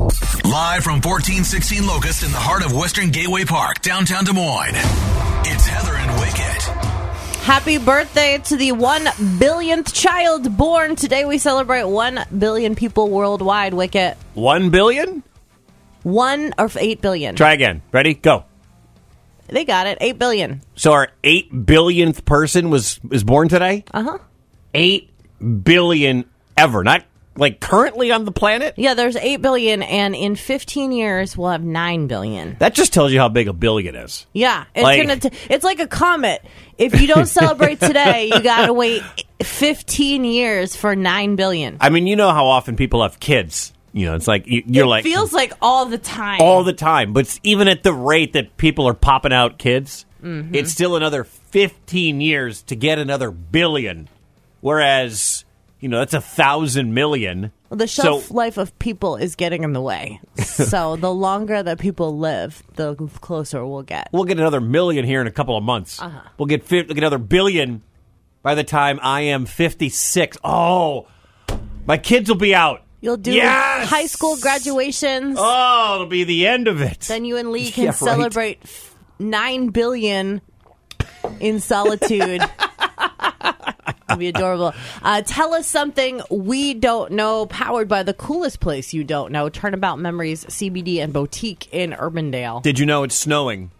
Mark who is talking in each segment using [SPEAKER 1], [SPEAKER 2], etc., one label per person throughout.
[SPEAKER 1] Live from 1416 Locust in the heart of Western Gateway Park, downtown Des Moines. It's Heather and Wicket.
[SPEAKER 2] Happy birthday to the one billionth child born. Today we celebrate one billion people worldwide, Wicket.
[SPEAKER 3] One billion?
[SPEAKER 2] One or f- eight billion.
[SPEAKER 3] Try again. Ready? Go.
[SPEAKER 2] They got it. Eight billion.
[SPEAKER 3] So our eight billionth person was is born today.
[SPEAKER 2] Uh huh.
[SPEAKER 3] Eight billion ever, not like currently on the planet.
[SPEAKER 2] Yeah, there's eight billion, and in 15 years we'll have nine billion.
[SPEAKER 3] That just tells you how big a billion is.
[SPEAKER 2] Yeah, it's
[SPEAKER 3] Like-
[SPEAKER 2] gonna. T- it's like a comet. If you don't celebrate today, you gotta wait 15 years for nine billion.
[SPEAKER 3] I mean, you know how often people have kids. You know, it's like you- you're
[SPEAKER 2] it
[SPEAKER 3] like
[SPEAKER 2] feels like all the time.
[SPEAKER 3] all the time, but it's even at the rate that people are popping out kids,
[SPEAKER 2] Mm-hmm.
[SPEAKER 3] it's still another 15 years to get another billion. Whereas, you know, that's a thousand million.
[SPEAKER 2] The shelf
[SPEAKER 3] So-
[SPEAKER 2] life of people is getting in the way. so the longer that people live, the closer we'll get.
[SPEAKER 3] We'll get another million here in a couple of months.
[SPEAKER 2] Uh-huh.
[SPEAKER 3] We'll get fif- another billion by the time I am 56. Oh, my kids will be out.
[SPEAKER 2] You'll do
[SPEAKER 3] Yes!
[SPEAKER 2] high school graduations.
[SPEAKER 3] Oh, it'll be the end of it.
[SPEAKER 2] Then you and Lee can
[SPEAKER 3] Yeah, right.
[SPEAKER 2] celebrate f- 9 billion in solitude. It'd be adorable. Uh, tell us something we don't know, powered by the coolest place you don't know, Turnabout Memories CBD and Boutique in Urbandale.
[SPEAKER 3] Did you know it's snowing?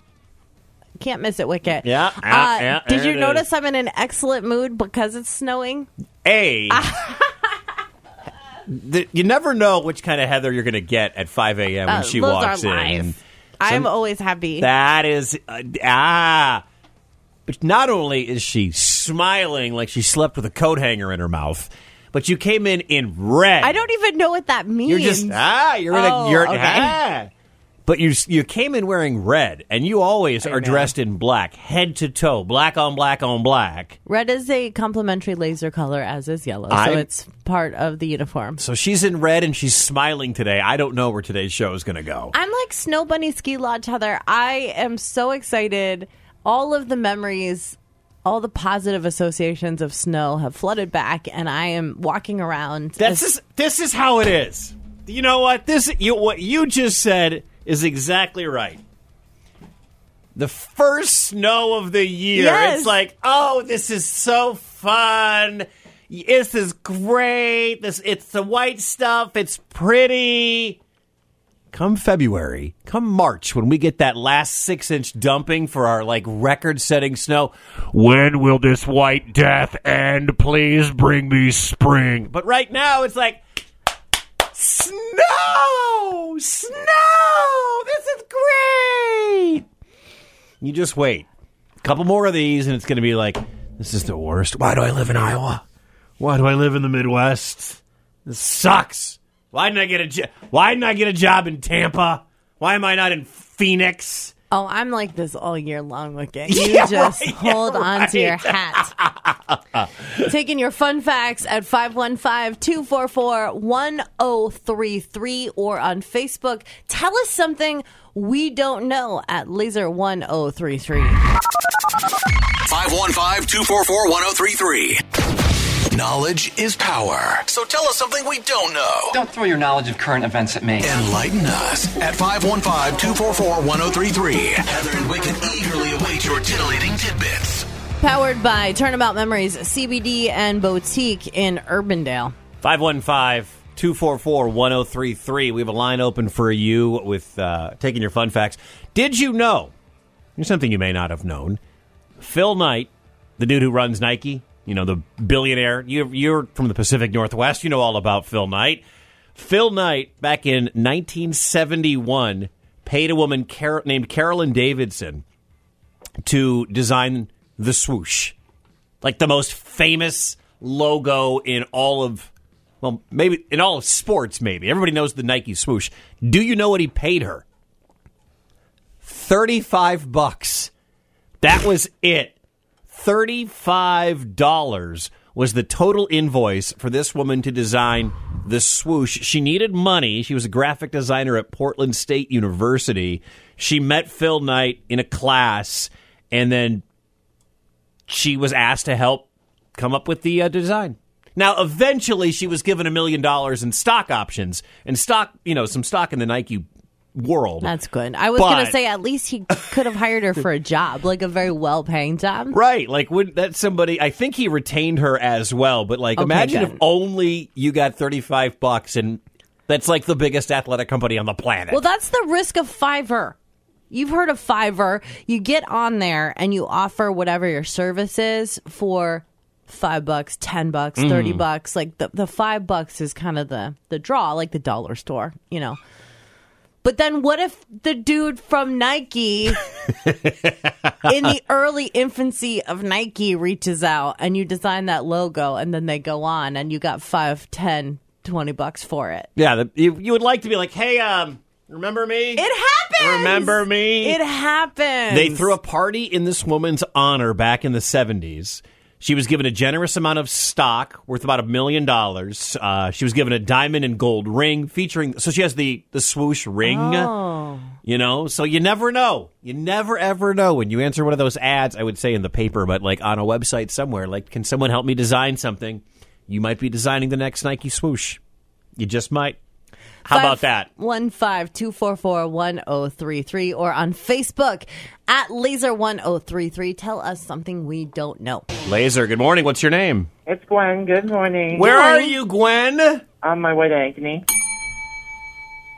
[SPEAKER 2] Can't miss it, Wicket. Uh,
[SPEAKER 3] Yeah, yeah, yeah,
[SPEAKER 2] did
[SPEAKER 3] there
[SPEAKER 2] you
[SPEAKER 3] it
[SPEAKER 2] notice
[SPEAKER 3] is.
[SPEAKER 2] I'm in an excellent mood because it's snowing?
[SPEAKER 3] A. the, you never know which kind of Heather you're going to get at 5 a.m. when
[SPEAKER 2] Uh,
[SPEAKER 3] she
[SPEAKER 2] those
[SPEAKER 3] walks
[SPEAKER 2] are
[SPEAKER 3] in.
[SPEAKER 2] lies. I'm always happy.
[SPEAKER 3] That is uh, ah. But not only is she smiling like she slept with a coat hanger in her mouth, but you came in in red.
[SPEAKER 2] I don't even know what that means.
[SPEAKER 3] You're just ah. You're in
[SPEAKER 2] Oh,
[SPEAKER 3] a. You're
[SPEAKER 2] okay.
[SPEAKER 3] ah. But you s- you came in wearing red, and you always are
[SPEAKER 2] man.
[SPEAKER 3] dressed in black, head to toe, black on black on black.
[SPEAKER 2] Red is a complementary laser color, as is yellow, so
[SPEAKER 3] I'm-
[SPEAKER 2] it's part of the uniform.
[SPEAKER 3] So she's in red and she's smiling today. I don't know where today's show is going to go.
[SPEAKER 2] I'm like Snow Bunny Ski Lodge Heather. I am so excited. All of the memories, all the positive associations of snow have flooded back, and I am walking around.
[SPEAKER 3] That's
[SPEAKER 2] as-
[SPEAKER 3] is, this is how it is. You know what? This you what you just said is exactly right. The first snow of the year.
[SPEAKER 2] Yes.
[SPEAKER 3] It's like, oh, this is so fun. This is great. This it's the white stuff. It's pretty. Come February, come March, when we get that last six inch dumping for our like record setting snow,
[SPEAKER 4] When will this white death end? Please bring me spring.
[SPEAKER 3] But right now, it's like snow, snow. This is great. You just wait. A couple more of these, and it's going to be like, this is the worst. Why do I live in Iowa? Why do I live in the Midwest? This sucks. Why didn't I get a jo- Why didn't I get a job in Tampa? Why am I not in Phoenix?
[SPEAKER 2] oh, I'm like this all year long, Wicket. You
[SPEAKER 3] Yeah,
[SPEAKER 2] just
[SPEAKER 3] right, yeah,
[SPEAKER 2] hold on to your
[SPEAKER 3] right.
[SPEAKER 2] hat. Taking your fun facts at 515-244-1033 or on Facebook. Tell us something we don't know at laser1033.
[SPEAKER 1] 515-244-1033. Knowledge is power. So tell us something we don't know.
[SPEAKER 5] Don't throw your knowledge of current events at me.
[SPEAKER 1] Enlighten us at 515-244-1033. Heather and Wicket eagerly await your titillating tidbits.
[SPEAKER 2] Powered by Turnabout Memories CBD and Boutique in Urbandale.
[SPEAKER 3] 515-244-1033. We have a line open for you with uh, taking your fun facts. Did you know? Here's something you may not have known. Phil Knight, the dude who runs Nike, you know, the billionaire. You're, you're from the Pacific Northwest. You know all about Phil Knight. Phil Knight, back in 1971, paid a woman Car- named Carolyn Davidson to design the swoosh like the most famous logo in all of well maybe in all of sports maybe everybody knows the nike swoosh do you know what he paid her 35 bucks that was it $35 was the total invoice for this woman to design the swoosh. She needed money. She was a graphic designer at Portland State University. She met Phil Knight in a class and then she was asked to help come up with the uh, design. Now, eventually, she was given a million dollars in stock options and stock, you know, some stock in the Nike world.
[SPEAKER 2] That's good. I was
[SPEAKER 3] But-
[SPEAKER 2] going to say at least he could have hired her for a job, like a very well-paying job.
[SPEAKER 3] Right, like would that somebody? I think he retained her as well, but like
[SPEAKER 2] Okay,
[SPEAKER 3] imagine
[SPEAKER 2] good.
[SPEAKER 3] if only you got thirty five bucks, and that's like the biggest athletic company on the planet.
[SPEAKER 2] Well, that's the risk of Fiverr. You've heard of Fiverr. You get on there and you offer whatever your service is for five bucks, ten bucks, thirty bucks. Like the, the five bucks is kind of the, the draw, like the dollar store, you know. But then what if the dude from Nike in the early infancy of Nike reaches out and you design that logo and then they go on and you got five, ten, twenty bucks for it?
[SPEAKER 3] yeah, the, you, you would like to be like, hey, um, remember me?
[SPEAKER 2] It happens.
[SPEAKER 3] Remember me?
[SPEAKER 2] It happens.
[SPEAKER 3] They threw a party in this woman's honor back in the 70s. She was given a generous amount of stock worth about a million dollars. Uh, she was given a diamond and gold ring featuring, so she has the, the swoosh ring. You know, so you never know. You never ever know when you answer one of those ads. I would say in the paper, but like on a website somewhere, like, can someone help me design something? You might be designing the next Nike swoosh. You just might. How about that?
[SPEAKER 2] One five two four four one zero three three, or on Facebook at Laser one zero three three. Tell us something we don't know.
[SPEAKER 3] Laser, good morning. What's your name?
[SPEAKER 6] It's Gwen. Good morning.
[SPEAKER 3] Where are
[SPEAKER 2] morning.
[SPEAKER 3] you, Gwen?
[SPEAKER 6] On my way to Ankeny.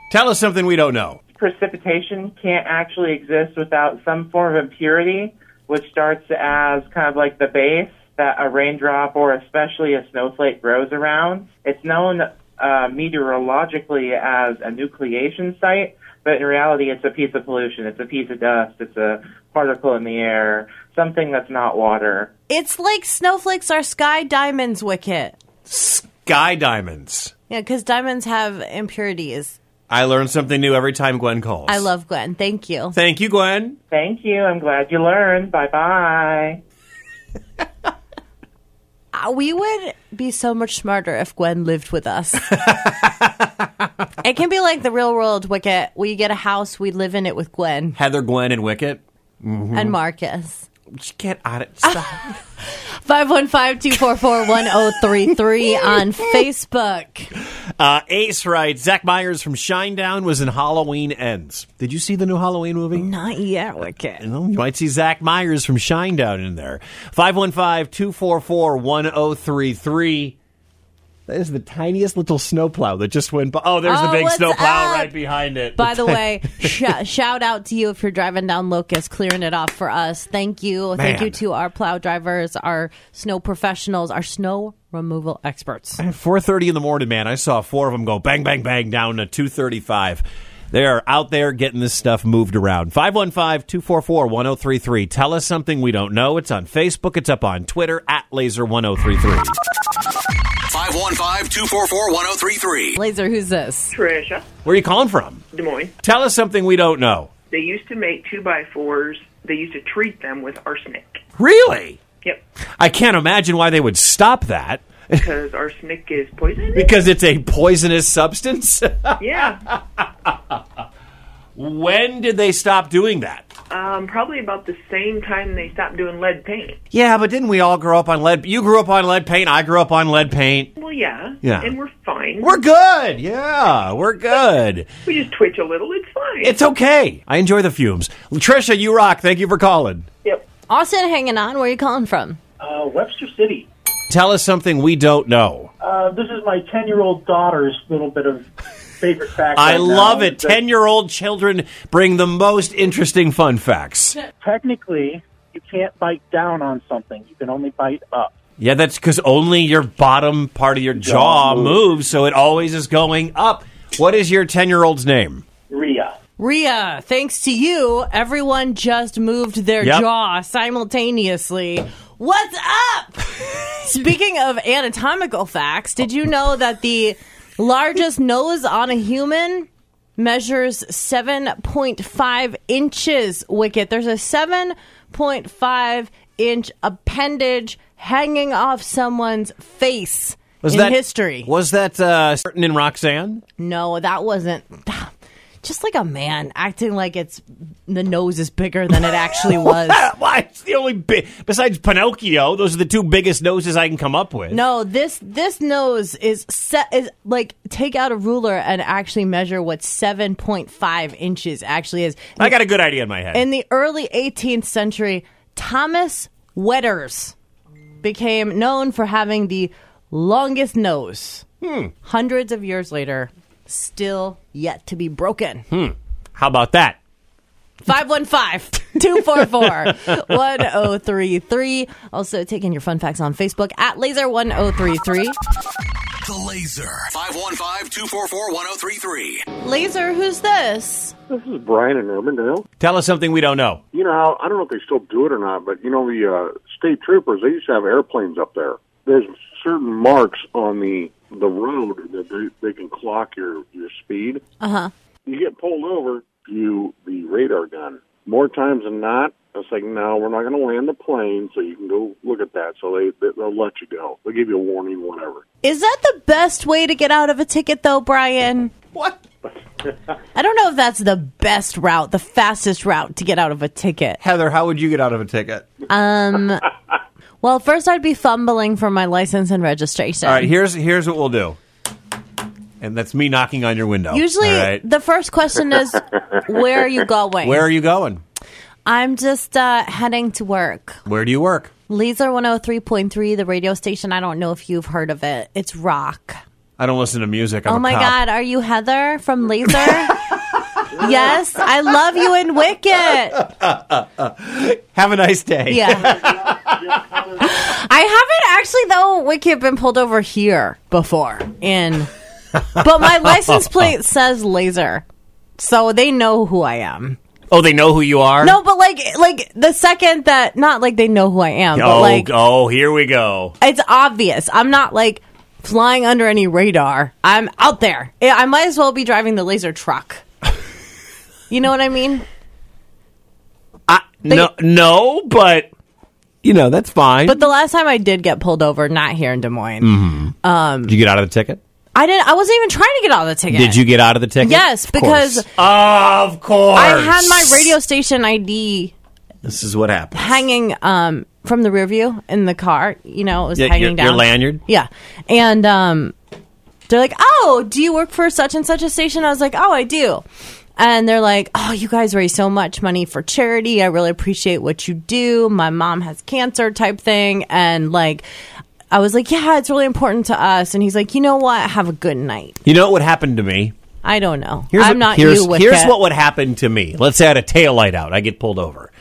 [SPEAKER 3] Tell us something we don't know.
[SPEAKER 6] Precipitation can't actually exist without some form of impurity, which starts as kind of like the base that a raindrop or especially a snowflake grows around. It's known uh, meteorologically as a nucleation site, but in reality, it's a piece of pollution. It's a piece of dust. It's a particle in the air, something that's not water.
[SPEAKER 2] It's like snowflakes are sky diamonds, Wicket.
[SPEAKER 3] Sky diamonds.
[SPEAKER 2] Yeah, because diamonds have impurities.
[SPEAKER 3] I learn something new every time Gwen calls.
[SPEAKER 2] I love Gwen. Thank you.
[SPEAKER 3] Thank you, Gwen.
[SPEAKER 6] Thank you. I'm glad you learned. Bye bye.
[SPEAKER 2] Uh, we would be so much smarter if Gwen lived with us. it can be like the real world, Wicket. We get a house, we live in it with Gwen
[SPEAKER 3] Heather, Gwen, and Wicket. Mm-hmm.
[SPEAKER 2] and Marcus.
[SPEAKER 3] Just get on it.
[SPEAKER 2] Ah.
[SPEAKER 3] Stop.
[SPEAKER 2] 515-244-1033 on Facebook.
[SPEAKER 3] uh, Ace writes, Zach Myers from Shinedown was in Halloween Ends. Did you see the new Halloween movie?
[SPEAKER 2] Not yet, Wicked.
[SPEAKER 3] Well, you might see Zach Myers from Shinedown in there. 515-244-1033. That is the tiniest little snowplow that just went by. Oh, there's
[SPEAKER 2] Oh,
[SPEAKER 3] the big
[SPEAKER 2] what's
[SPEAKER 3] snowplow
[SPEAKER 2] up?
[SPEAKER 3] right behind it.
[SPEAKER 2] By the way, sh- shout out to you if you're driving down Locust, clearing it off for us. Thank you. Thank
[SPEAKER 3] Man.
[SPEAKER 2] you to our plow drivers, our snow professionals, our snow removal experts.
[SPEAKER 3] At 4:30 in the morning, man, I saw four of them go bang bang bang down to 235. They are out there getting this stuff moved around. 515-244-1033. Tell us something we don't know. It's on Facebook, it's up on Twitter at laser1033.
[SPEAKER 1] 515 244 1033.
[SPEAKER 2] Laser, who's this?
[SPEAKER 7] Tricia,
[SPEAKER 3] Where are you calling from?
[SPEAKER 7] Des Moines.
[SPEAKER 3] Tell us something we don't know.
[SPEAKER 7] They used to make two by fours. They used to treat them with arsenic.
[SPEAKER 3] Really?
[SPEAKER 7] Yep,
[SPEAKER 3] I can't imagine why they would stop that
[SPEAKER 7] because arsenic is poison.
[SPEAKER 3] because it's a poisonous substance.
[SPEAKER 7] Yeah,
[SPEAKER 3] when did they stop doing that?
[SPEAKER 7] um, probably about the same time they stopped doing lead paint.
[SPEAKER 3] Yeah, but didn't we all grow up on lead? You grew up on lead paint, I grew up on lead paint.
[SPEAKER 7] Well, yeah,
[SPEAKER 3] Yeah.
[SPEAKER 7] and we're fine.
[SPEAKER 3] We're good. Yeah, we're good.
[SPEAKER 7] we just twitch a little. It's fine.
[SPEAKER 3] It's okay. I enjoy the fumes. Trisha, you rock. Thank you for calling.
[SPEAKER 7] yep.
[SPEAKER 2] Austin hanging on. Where are you calling from?
[SPEAKER 8] Uh, Webster City.
[SPEAKER 3] Tell us something we don't know.
[SPEAKER 8] Uh, this is my 10 year old daughter's little bit of favorite fact.
[SPEAKER 3] I
[SPEAKER 8] right now,
[SPEAKER 3] love it.
[SPEAKER 8] is that
[SPEAKER 3] 10 year old children bring the most interesting fun facts.
[SPEAKER 8] Technically, you can't bite down on something, you can only bite up.
[SPEAKER 3] Yeah, that's because only your bottom part of your jaw moves, so it always is going up. What is your 10 year old's name?
[SPEAKER 8] Rhea.
[SPEAKER 2] Rhea, thanks to you, everyone just moved their
[SPEAKER 3] Yep.
[SPEAKER 2] jaw simultaneously. What's up? Speaking of anatomical facts, did you know that the largest nose on a human measures 7.5 inches, Wicket? There's a 7.5 inch appendage hanging off someone's face in history.
[SPEAKER 3] Was that uh, certain in Roxanne?
[SPEAKER 2] No, that wasn't. just like a man acting like it's the nose is bigger than it actually was.
[SPEAKER 3] Why? It's the only big besides Pinocchio. Those are the two biggest noses I can come up with.
[SPEAKER 2] No, this this nose is set is like take out a ruler and actually measure what seven point five inches actually is.
[SPEAKER 3] I got a good idea in my head.
[SPEAKER 2] In the early 18th century, Thomas Wetters became known for having the longest nose. Hundreds of years later, still yet to be broken.
[SPEAKER 3] How about that?
[SPEAKER 2] 515 244 1033. Also, taking your fun facts on Facebook at laser1033.
[SPEAKER 1] The Laser. 515-244-1033.
[SPEAKER 2] Laser, who's this?
[SPEAKER 9] This is Brian in Urbandale.
[SPEAKER 3] Tell us something we don't know.
[SPEAKER 9] You know how I don't know if they still do it or not, but you know the uh, state troopers they used to have airplanes up there. There's certain marks on the the road that they, they can clock your your speed. Uh huh. You get pulled over, you the radar gun. More times than not, it's like no, we're not going to land the plane, so you can go look at that. So they they- they'll let you go. They'll give you a warning, whatever.
[SPEAKER 2] Is that the best way to get out of a ticket, though, Brian?
[SPEAKER 3] What?
[SPEAKER 2] I don't know if that's the best route, the fastest route to get out of a ticket.
[SPEAKER 10] Heather, how would you get out of a ticket?
[SPEAKER 2] Well, first I'd be fumbling for my license and registration.
[SPEAKER 10] All right, here's here's what we'll do.
[SPEAKER 3] And that's me knocking on your window.
[SPEAKER 2] Usually,
[SPEAKER 3] All right.
[SPEAKER 2] the first question is, "Where are you going?"
[SPEAKER 3] Where are you going?
[SPEAKER 2] I'm just uh, heading to work.
[SPEAKER 3] Where do you work?
[SPEAKER 2] Laser 103.3, the radio station. I don't know if you've heard of it. It's rock.
[SPEAKER 3] I don't listen to music. I'm
[SPEAKER 2] oh
[SPEAKER 3] a
[SPEAKER 2] my
[SPEAKER 3] cop.
[SPEAKER 2] God, are you Heather from Laser? yes, I love you in Wicked.
[SPEAKER 3] Have a nice day.
[SPEAKER 2] Yeah. I haven't actually though Wicked been pulled over here before in but my license plate says laser. So they know who I am.
[SPEAKER 3] Oh, they know who you are.
[SPEAKER 2] No, but like like the second that not like they know who I am, but
[SPEAKER 3] Oh,
[SPEAKER 2] like
[SPEAKER 3] oh, here we go.
[SPEAKER 2] it's obvious. I'm not like flying under any radar. I'm out there. I I might as well be driving the laser truck. You know what I mean?
[SPEAKER 3] no, no, but you know that's fine.
[SPEAKER 2] But the last time I did get pulled over, not here in Des Moines,
[SPEAKER 3] Mm. did you get out of the ticket?
[SPEAKER 2] I didn't. I wasn't even trying to get out of the ticket.
[SPEAKER 3] Did you get out of the ticket?
[SPEAKER 2] Yes,
[SPEAKER 3] Of
[SPEAKER 2] because-
[SPEAKER 3] course. of course
[SPEAKER 2] I had my radio station ID
[SPEAKER 10] This is what happens.
[SPEAKER 2] hanging um, from the rear view in the car. You know, it was
[SPEAKER 3] Yeah, your-
[SPEAKER 2] hanging down.
[SPEAKER 3] your lanyard?
[SPEAKER 2] Yeah. And um, they're like, oh, do you work for such and such a station? I was like, oh, I do. And they're like, oh, you guys raise so much money for charity. I really appreciate what you do. My mom has cancer type thing. And like, I was like, yeah, it's really important to us. And he's like, you know what? Have a good night.
[SPEAKER 3] You know what happened to me?
[SPEAKER 2] I don't know.
[SPEAKER 3] Here's
[SPEAKER 2] I'm
[SPEAKER 3] what,
[SPEAKER 2] not
[SPEAKER 3] here's,
[SPEAKER 2] you with
[SPEAKER 3] here's
[SPEAKER 2] it.
[SPEAKER 3] what would happen to me. Let's say I had a taillight out. I get pulled over.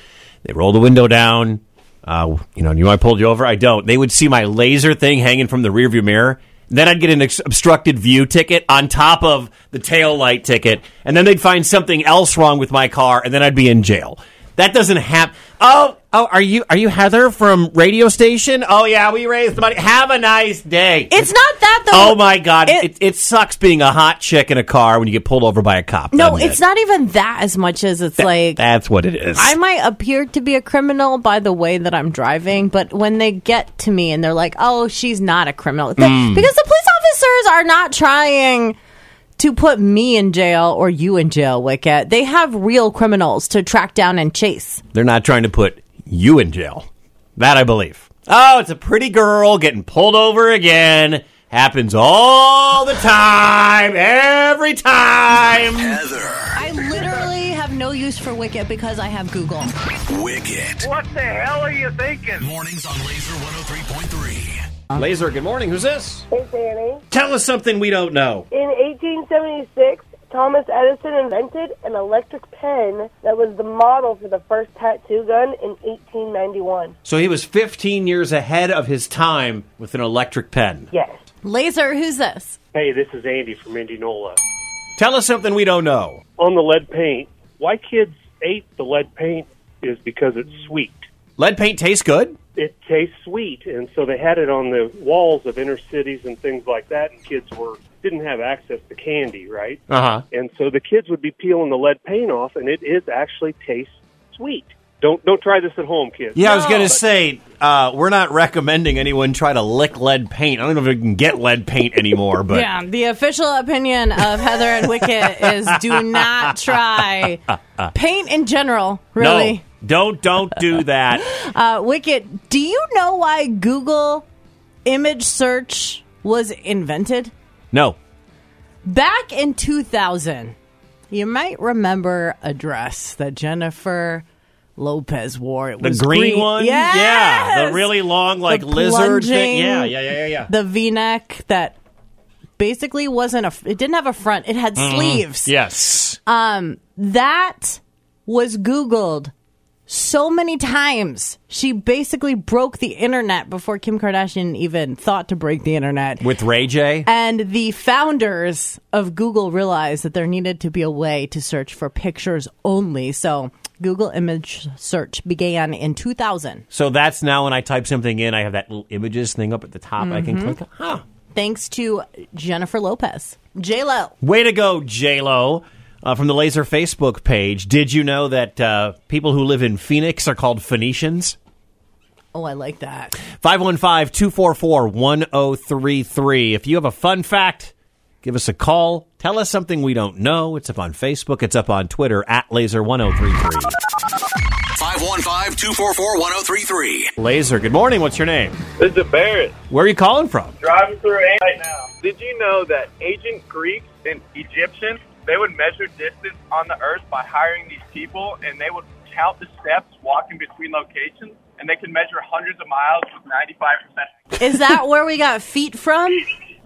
[SPEAKER 3] They roll the window down. Uh, you know, you know I pulled you over? I don't. They would see my laser thing hanging from the rearview mirror. Then I'd get an ex- obstructed view ticket on top of the taillight ticket. And then they'd find something else wrong with my car. And then I'd be in jail. That doesn't happen. Oh, oh, are you are you Heather from radio station? Oh yeah, we raised the money. Have a nice day.
[SPEAKER 2] it's not that though.
[SPEAKER 3] Oh my god,
[SPEAKER 2] It-
[SPEAKER 3] it, it, sucks being a hot chick in a car when you get pulled over by a cop.
[SPEAKER 2] No,
[SPEAKER 3] doesn't
[SPEAKER 2] it's
[SPEAKER 3] it?
[SPEAKER 2] not even that as much as it's like
[SPEAKER 3] That's what it is.
[SPEAKER 2] I might appear to be a criminal by the way that I'm driving, but when they get to me and they're like, "Oh, she's not a criminal," They- because the police officers are not trying to put me in jail or you in jail, Wicket. They have real criminals to track down and chase.
[SPEAKER 3] They're not trying to put you in jail. That I believe. Oh, it's a pretty girl getting pulled over again. Happens all the time, every time.
[SPEAKER 1] Heather.
[SPEAKER 2] I literally have no use for Wicket because I have Google.
[SPEAKER 1] Wicket.
[SPEAKER 4] What the hell are you thinking?
[SPEAKER 1] Mornings on Laser 103.3.
[SPEAKER 3] Laser, good morning. Who's this?
[SPEAKER 11] Hey, Danny.
[SPEAKER 3] Tell us something we don't know.
[SPEAKER 11] In 1876, Thomas Edison invented an electric pen that was the model for the first tattoo gun in 1891.
[SPEAKER 3] So he was 15 years ahead of his time with an electric pen.
[SPEAKER 11] Yes.
[SPEAKER 2] Laser, who's this?
[SPEAKER 9] Hey, this is Andy from Indianola.
[SPEAKER 3] Tell us something we don't know.
[SPEAKER 9] On the lead paint, why kids ate the lead paint is because it's sweet.
[SPEAKER 3] Lead paint tastes good?
[SPEAKER 9] it tastes sweet and so they had it on the walls of inner cities and things like that and kids were didn't have access to candy right
[SPEAKER 3] Uh huh.
[SPEAKER 9] and so the kids would be peeling the lead paint off and it is actually tastes sweet
[SPEAKER 12] Don't don't try this at home, kids.
[SPEAKER 3] Yeah, I was going to
[SPEAKER 12] But-
[SPEAKER 3] say, uh, we're not recommending anyone try to lick lead paint. I don't know if you can get lead paint anymore, but
[SPEAKER 2] yeah, the official opinion of Heather and Wicket is do not try paint in general. Really,
[SPEAKER 3] No, don't don't do that.
[SPEAKER 2] uh, Wicket, do you know why Google image search was invented?
[SPEAKER 3] no.
[SPEAKER 2] Back in 2000, you might remember a dress that Jennifer Lopez wore. It
[SPEAKER 3] The
[SPEAKER 2] was
[SPEAKER 3] green, one?
[SPEAKER 2] Yes!
[SPEAKER 3] Yeah. The really long like
[SPEAKER 2] The
[SPEAKER 3] lizard thing. Yeah,
[SPEAKER 2] plunging,
[SPEAKER 3] yeah, yeah, yeah, yeah.
[SPEAKER 2] The V-neck that basically wasn't a it didn't have a front. It had
[SPEAKER 3] Mhm.
[SPEAKER 2] sleeves.
[SPEAKER 3] Yes.
[SPEAKER 2] Um that was googled so many times. She basically broke the internet before Kim Kardashian even thought to break the internet.
[SPEAKER 3] With Ray J?
[SPEAKER 2] And the founders of Google realized that there needed to be a way to search for pictures only. So Google image search began in 2000.
[SPEAKER 3] So that's now when I type something in, I have that little images thing up at the top. I can
[SPEAKER 2] Mhm.
[SPEAKER 3] click. Huh.
[SPEAKER 2] Thanks to Jennifer Lopez. J Lo.
[SPEAKER 3] Way to go, J Lo. Uh, from the Laser Facebook page, did you know that uh, people who live in Phoenix are called Phoenicians?
[SPEAKER 2] Oh, I like that.
[SPEAKER 3] 515 244 1033. If you have a fun fact, give us a call. Tell us something we don't know. It's up on Facebook, it's up on Twitter at laser1033.
[SPEAKER 1] 515 244 1033.
[SPEAKER 3] Laser, good morning. What's your name?
[SPEAKER 13] This is Barrett.
[SPEAKER 3] Where are you calling from?
[SPEAKER 13] Driving through A right now. Did you know that ancient Greeks and Egyptians they would measure distance on the earth by hiring these people and they would count the steps walking between locations and they could measure hundreds of miles with ninety five percent.
[SPEAKER 2] Is that where we got feet from?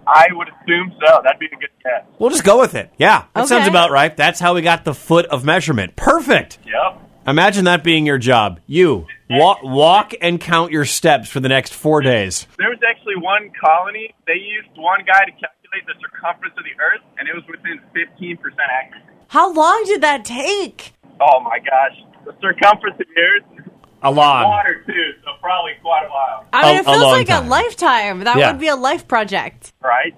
[SPEAKER 13] I would assume so. That'd be a good guess.
[SPEAKER 3] We'll just go with it. Yeah, that sounds
[SPEAKER 2] Okay.
[SPEAKER 3] about right. That's how we got the foot of measurement. Perfect.
[SPEAKER 13] Yep.
[SPEAKER 3] Imagine that being your job. You walk, walk and count your steps for the next four days.
[SPEAKER 13] There was actually one colony. They used one guy to calculate the circumference of the earth and it was within fifteen percent accuracy.
[SPEAKER 2] How long did that take?
[SPEAKER 13] Oh my gosh. The circumference of the earth
[SPEAKER 3] A lot.
[SPEAKER 13] water too, so probably quite a while.
[SPEAKER 2] I mean,
[SPEAKER 3] A-
[SPEAKER 2] it
[SPEAKER 3] a
[SPEAKER 2] feels
[SPEAKER 3] long
[SPEAKER 2] like a
[SPEAKER 3] time.
[SPEAKER 2] lifetime. That
[SPEAKER 3] Yeah.
[SPEAKER 2] would be a life project.
[SPEAKER 13] Right?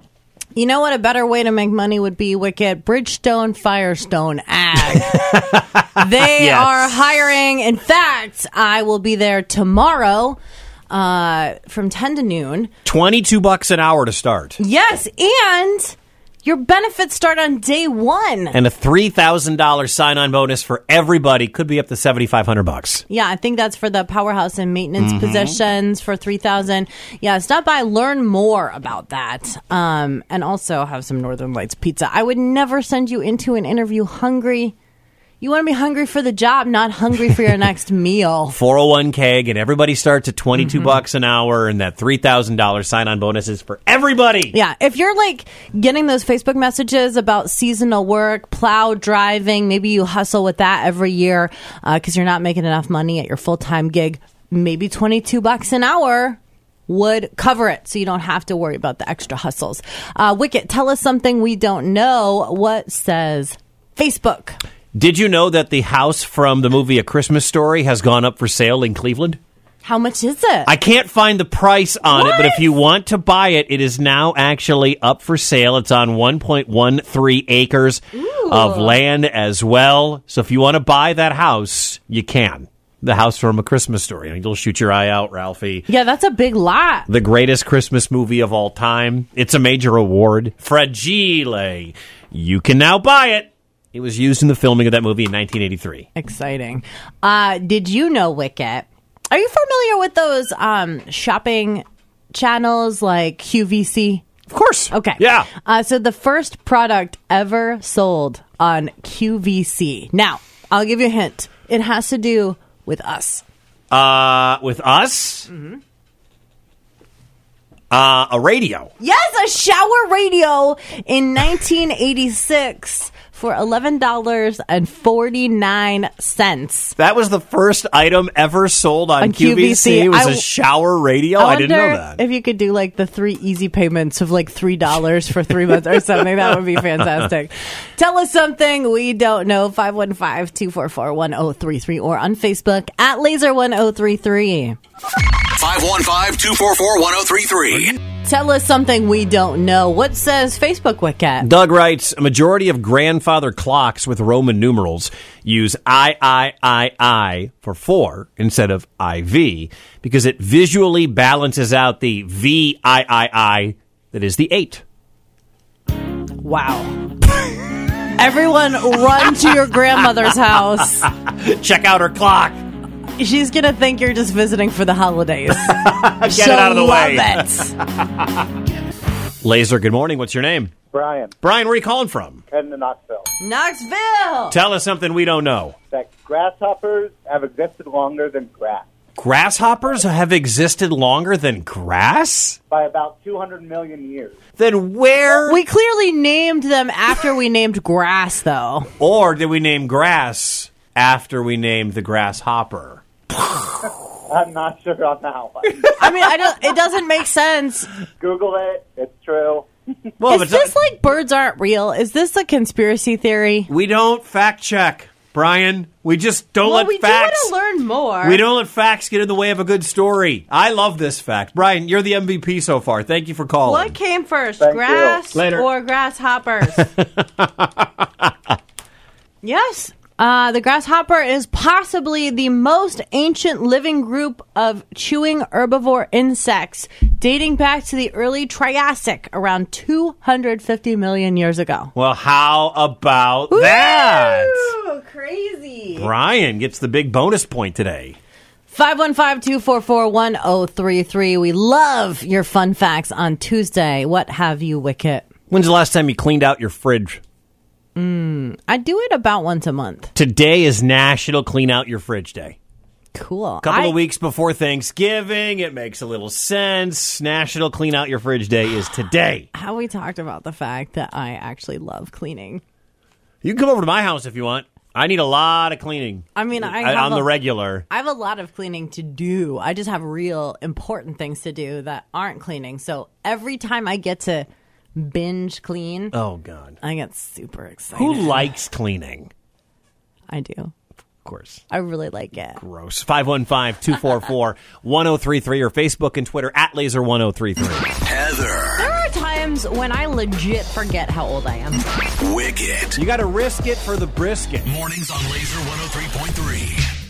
[SPEAKER 2] You know what? A better way to make money would be Wicked Bridgestone Firestone Ag. they
[SPEAKER 14] Yes.
[SPEAKER 2] are hiring. In fact, I will be there tomorrow uh, from 10 to noon.
[SPEAKER 3] 22 bucks an hour to start
[SPEAKER 2] Yes, and your benefits start on day one.
[SPEAKER 3] and a $3,000 sign on bonus for everybody could be up to 7500 bucks.
[SPEAKER 2] Yeah, I think that's for the powerhouse and maintenance
[SPEAKER 3] Mhm.
[SPEAKER 2] positions for 3000. Yeah, stop by learn more about that. Um and also have some Northern Lights pizza. I would never send you into an interview hungry. You want to be hungry for the job, not hungry for your next meal.
[SPEAKER 3] 401k and everybody starts at 22 bucks an hour and that $3,000 sign on bonus is for everybody.
[SPEAKER 2] Yeah, if you're like getting those Facebook messages about seasonal work, plow driving, maybe you hustle with that every year because you're not making enough money at your full time gig. Maybe twenty two bucks an hour would cover it, so you don't have to worry about the extra hustles. Uh, Wicket, tell us something we don't know. What says Facebook?
[SPEAKER 3] Did you know that the house from the movie A Christmas Story has gone up for sale in Cleveland?
[SPEAKER 2] How much is it?
[SPEAKER 3] I can't find the price on it, but if you want to buy it, it is now actually up for sale. It's on 1.13 acres of land as well. So if you want to buy that house, you can. The house from a Christmas story. I mean, you'll shoot your eye out, Ralphie.
[SPEAKER 2] yeah, that's a big lot.
[SPEAKER 3] The greatest Christmas movie of all time. It's a major award. Fragile. You can now buy it. It was used in the filming of that movie in 1983.
[SPEAKER 2] Exciting. Uh, did you know Wicket? Are you familiar with those um, shopping channels like QVC? Of
[SPEAKER 3] course.
[SPEAKER 2] Okay.
[SPEAKER 3] Yeah.
[SPEAKER 2] Uh, so the first product ever sold on QVC. Now, I'll give you a hint. It has to do with us.
[SPEAKER 3] Uh, with us? Mm-hmm. Uh, a radio.
[SPEAKER 2] Yes, a shower radio in 1986 for $11.49.
[SPEAKER 3] That was the first item ever sold on,
[SPEAKER 2] On
[SPEAKER 3] QVC.
[SPEAKER 2] QVC.
[SPEAKER 3] It was
[SPEAKER 2] I-
[SPEAKER 3] a shower radio. Oh, I, didn't know
[SPEAKER 2] wonder
[SPEAKER 3] that.
[SPEAKER 2] If you could do like the three easy payments of like three dollars for three months or something, that would be fantastic. Tell us something we don't know. 515-244-1033 or on Facebook at laser1033.
[SPEAKER 1] 515 515-244-1033.
[SPEAKER 2] Tell us something we don't know. What says Facebook Wiccat?
[SPEAKER 3] Doug writes A majority of grandfather clocks with Roman numerals use I, I, I, I for four instead of IV because it visually balances out the V, I, I, I that is the eight.
[SPEAKER 2] Wow. Everyone run to your grandmother's house.
[SPEAKER 3] Check out her clock.
[SPEAKER 2] She's going to think you're just visiting for the holidays.
[SPEAKER 3] Get
[SPEAKER 2] She'll
[SPEAKER 3] it out of the way.
[SPEAKER 2] love it.
[SPEAKER 3] Laser, good morning. What's your name?
[SPEAKER 12] Brian,
[SPEAKER 3] Brian, where are you calling from?
[SPEAKER 12] heading to Knoxville.
[SPEAKER 2] Knoxville!
[SPEAKER 3] Tell us something we don't know.
[SPEAKER 12] That grasshoppers have existed longer than grass
[SPEAKER 3] Grasshoppers have existed longer than grass?
[SPEAKER 12] by about 200 million years.
[SPEAKER 3] Then where?
[SPEAKER 2] We clearly named them after we named grass, though.
[SPEAKER 3] Or did we name grass after we named the grasshopper?
[SPEAKER 12] I'm not sure on that one.
[SPEAKER 2] I mean, I don't. It doesn't make sense.
[SPEAKER 12] Google it. It's true.
[SPEAKER 3] Well,
[SPEAKER 2] Is this like birds aren't real? Is this a conspiracy theory?
[SPEAKER 3] we don't fact check, Brian. We just don't
[SPEAKER 2] well,
[SPEAKER 3] let
[SPEAKER 2] we
[SPEAKER 3] facts.
[SPEAKER 2] do want to learn more.
[SPEAKER 3] we don't let facts get in the way of a good story. I love this fact, Brian. You're the MVP so far. Thank you for calling.
[SPEAKER 2] What came first,
[SPEAKER 3] Thank you.
[SPEAKER 2] grass
[SPEAKER 3] Later.
[SPEAKER 2] or grasshoppers? yes, uh, the grasshopper is possibly the most ancient living group of chewing herbivore insects, dating back to the early Triassic, around 250 million years ago.
[SPEAKER 3] Well, how about that?
[SPEAKER 2] Ooh, crazy.
[SPEAKER 3] Brian gets the big bonus point today.
[SPEAKER 2] 515-244-1033. We love your fun facts on Tuesday. What have you, Wicket?
[SPEAKER 3] When's the last time you cleaned out your fridge?
[SPEAKER 2] Mm, I do it about once a month.
[SPEAKER 3] Today is National Clean Out Your Fridge Day.
[SPEAKER 2] Cool.
[SPEAKER 3] A couple
[SPEAKER 2] I-
[SPEAKER 3] of weeks before Thanksgiving, it makes a little sense. National Clean Out Your Fridge Day is today.
[SPEAKER 2] How we talked about the fact that I actually love cleaning.
[SPEAKER 3] You can come over to my house if you want. I need a lot of cleaning.
[SPEAKER 2] I mean, I
[SPEAKER 3] I-
[SPEAKER 2] have
[SPEAKER 3] on
[SPEAKER 2] a-
[SPEAKER 3] the regular.
[SPEAKER 2] I have a lot of cleaning to do. I just have real important things to do that aren't cleaning. So every time I get to binge clean,
[SPEAKER 3] Oh God,
[SPEAKER 2] I get super excited.
[SPEAKER 3] who likes cleaning?
[SPEAKER 2] I do.
[SPEAKER 3] Of course.
[SPEAKER 2] I really like it.
[SPEAKER 3] Gross. 515 244 1033 or Facebook and Twitter at laser1033.
[SPEAKER 1] Heather.
[SPEAKER 2] There are times when I legit forget how old I am.
[SPEAKER 1] Wicket.
[SPEAKER 3] You got to risk it for the brisket.
[SPEAKER 1] oh Mornings on Laser 103.3.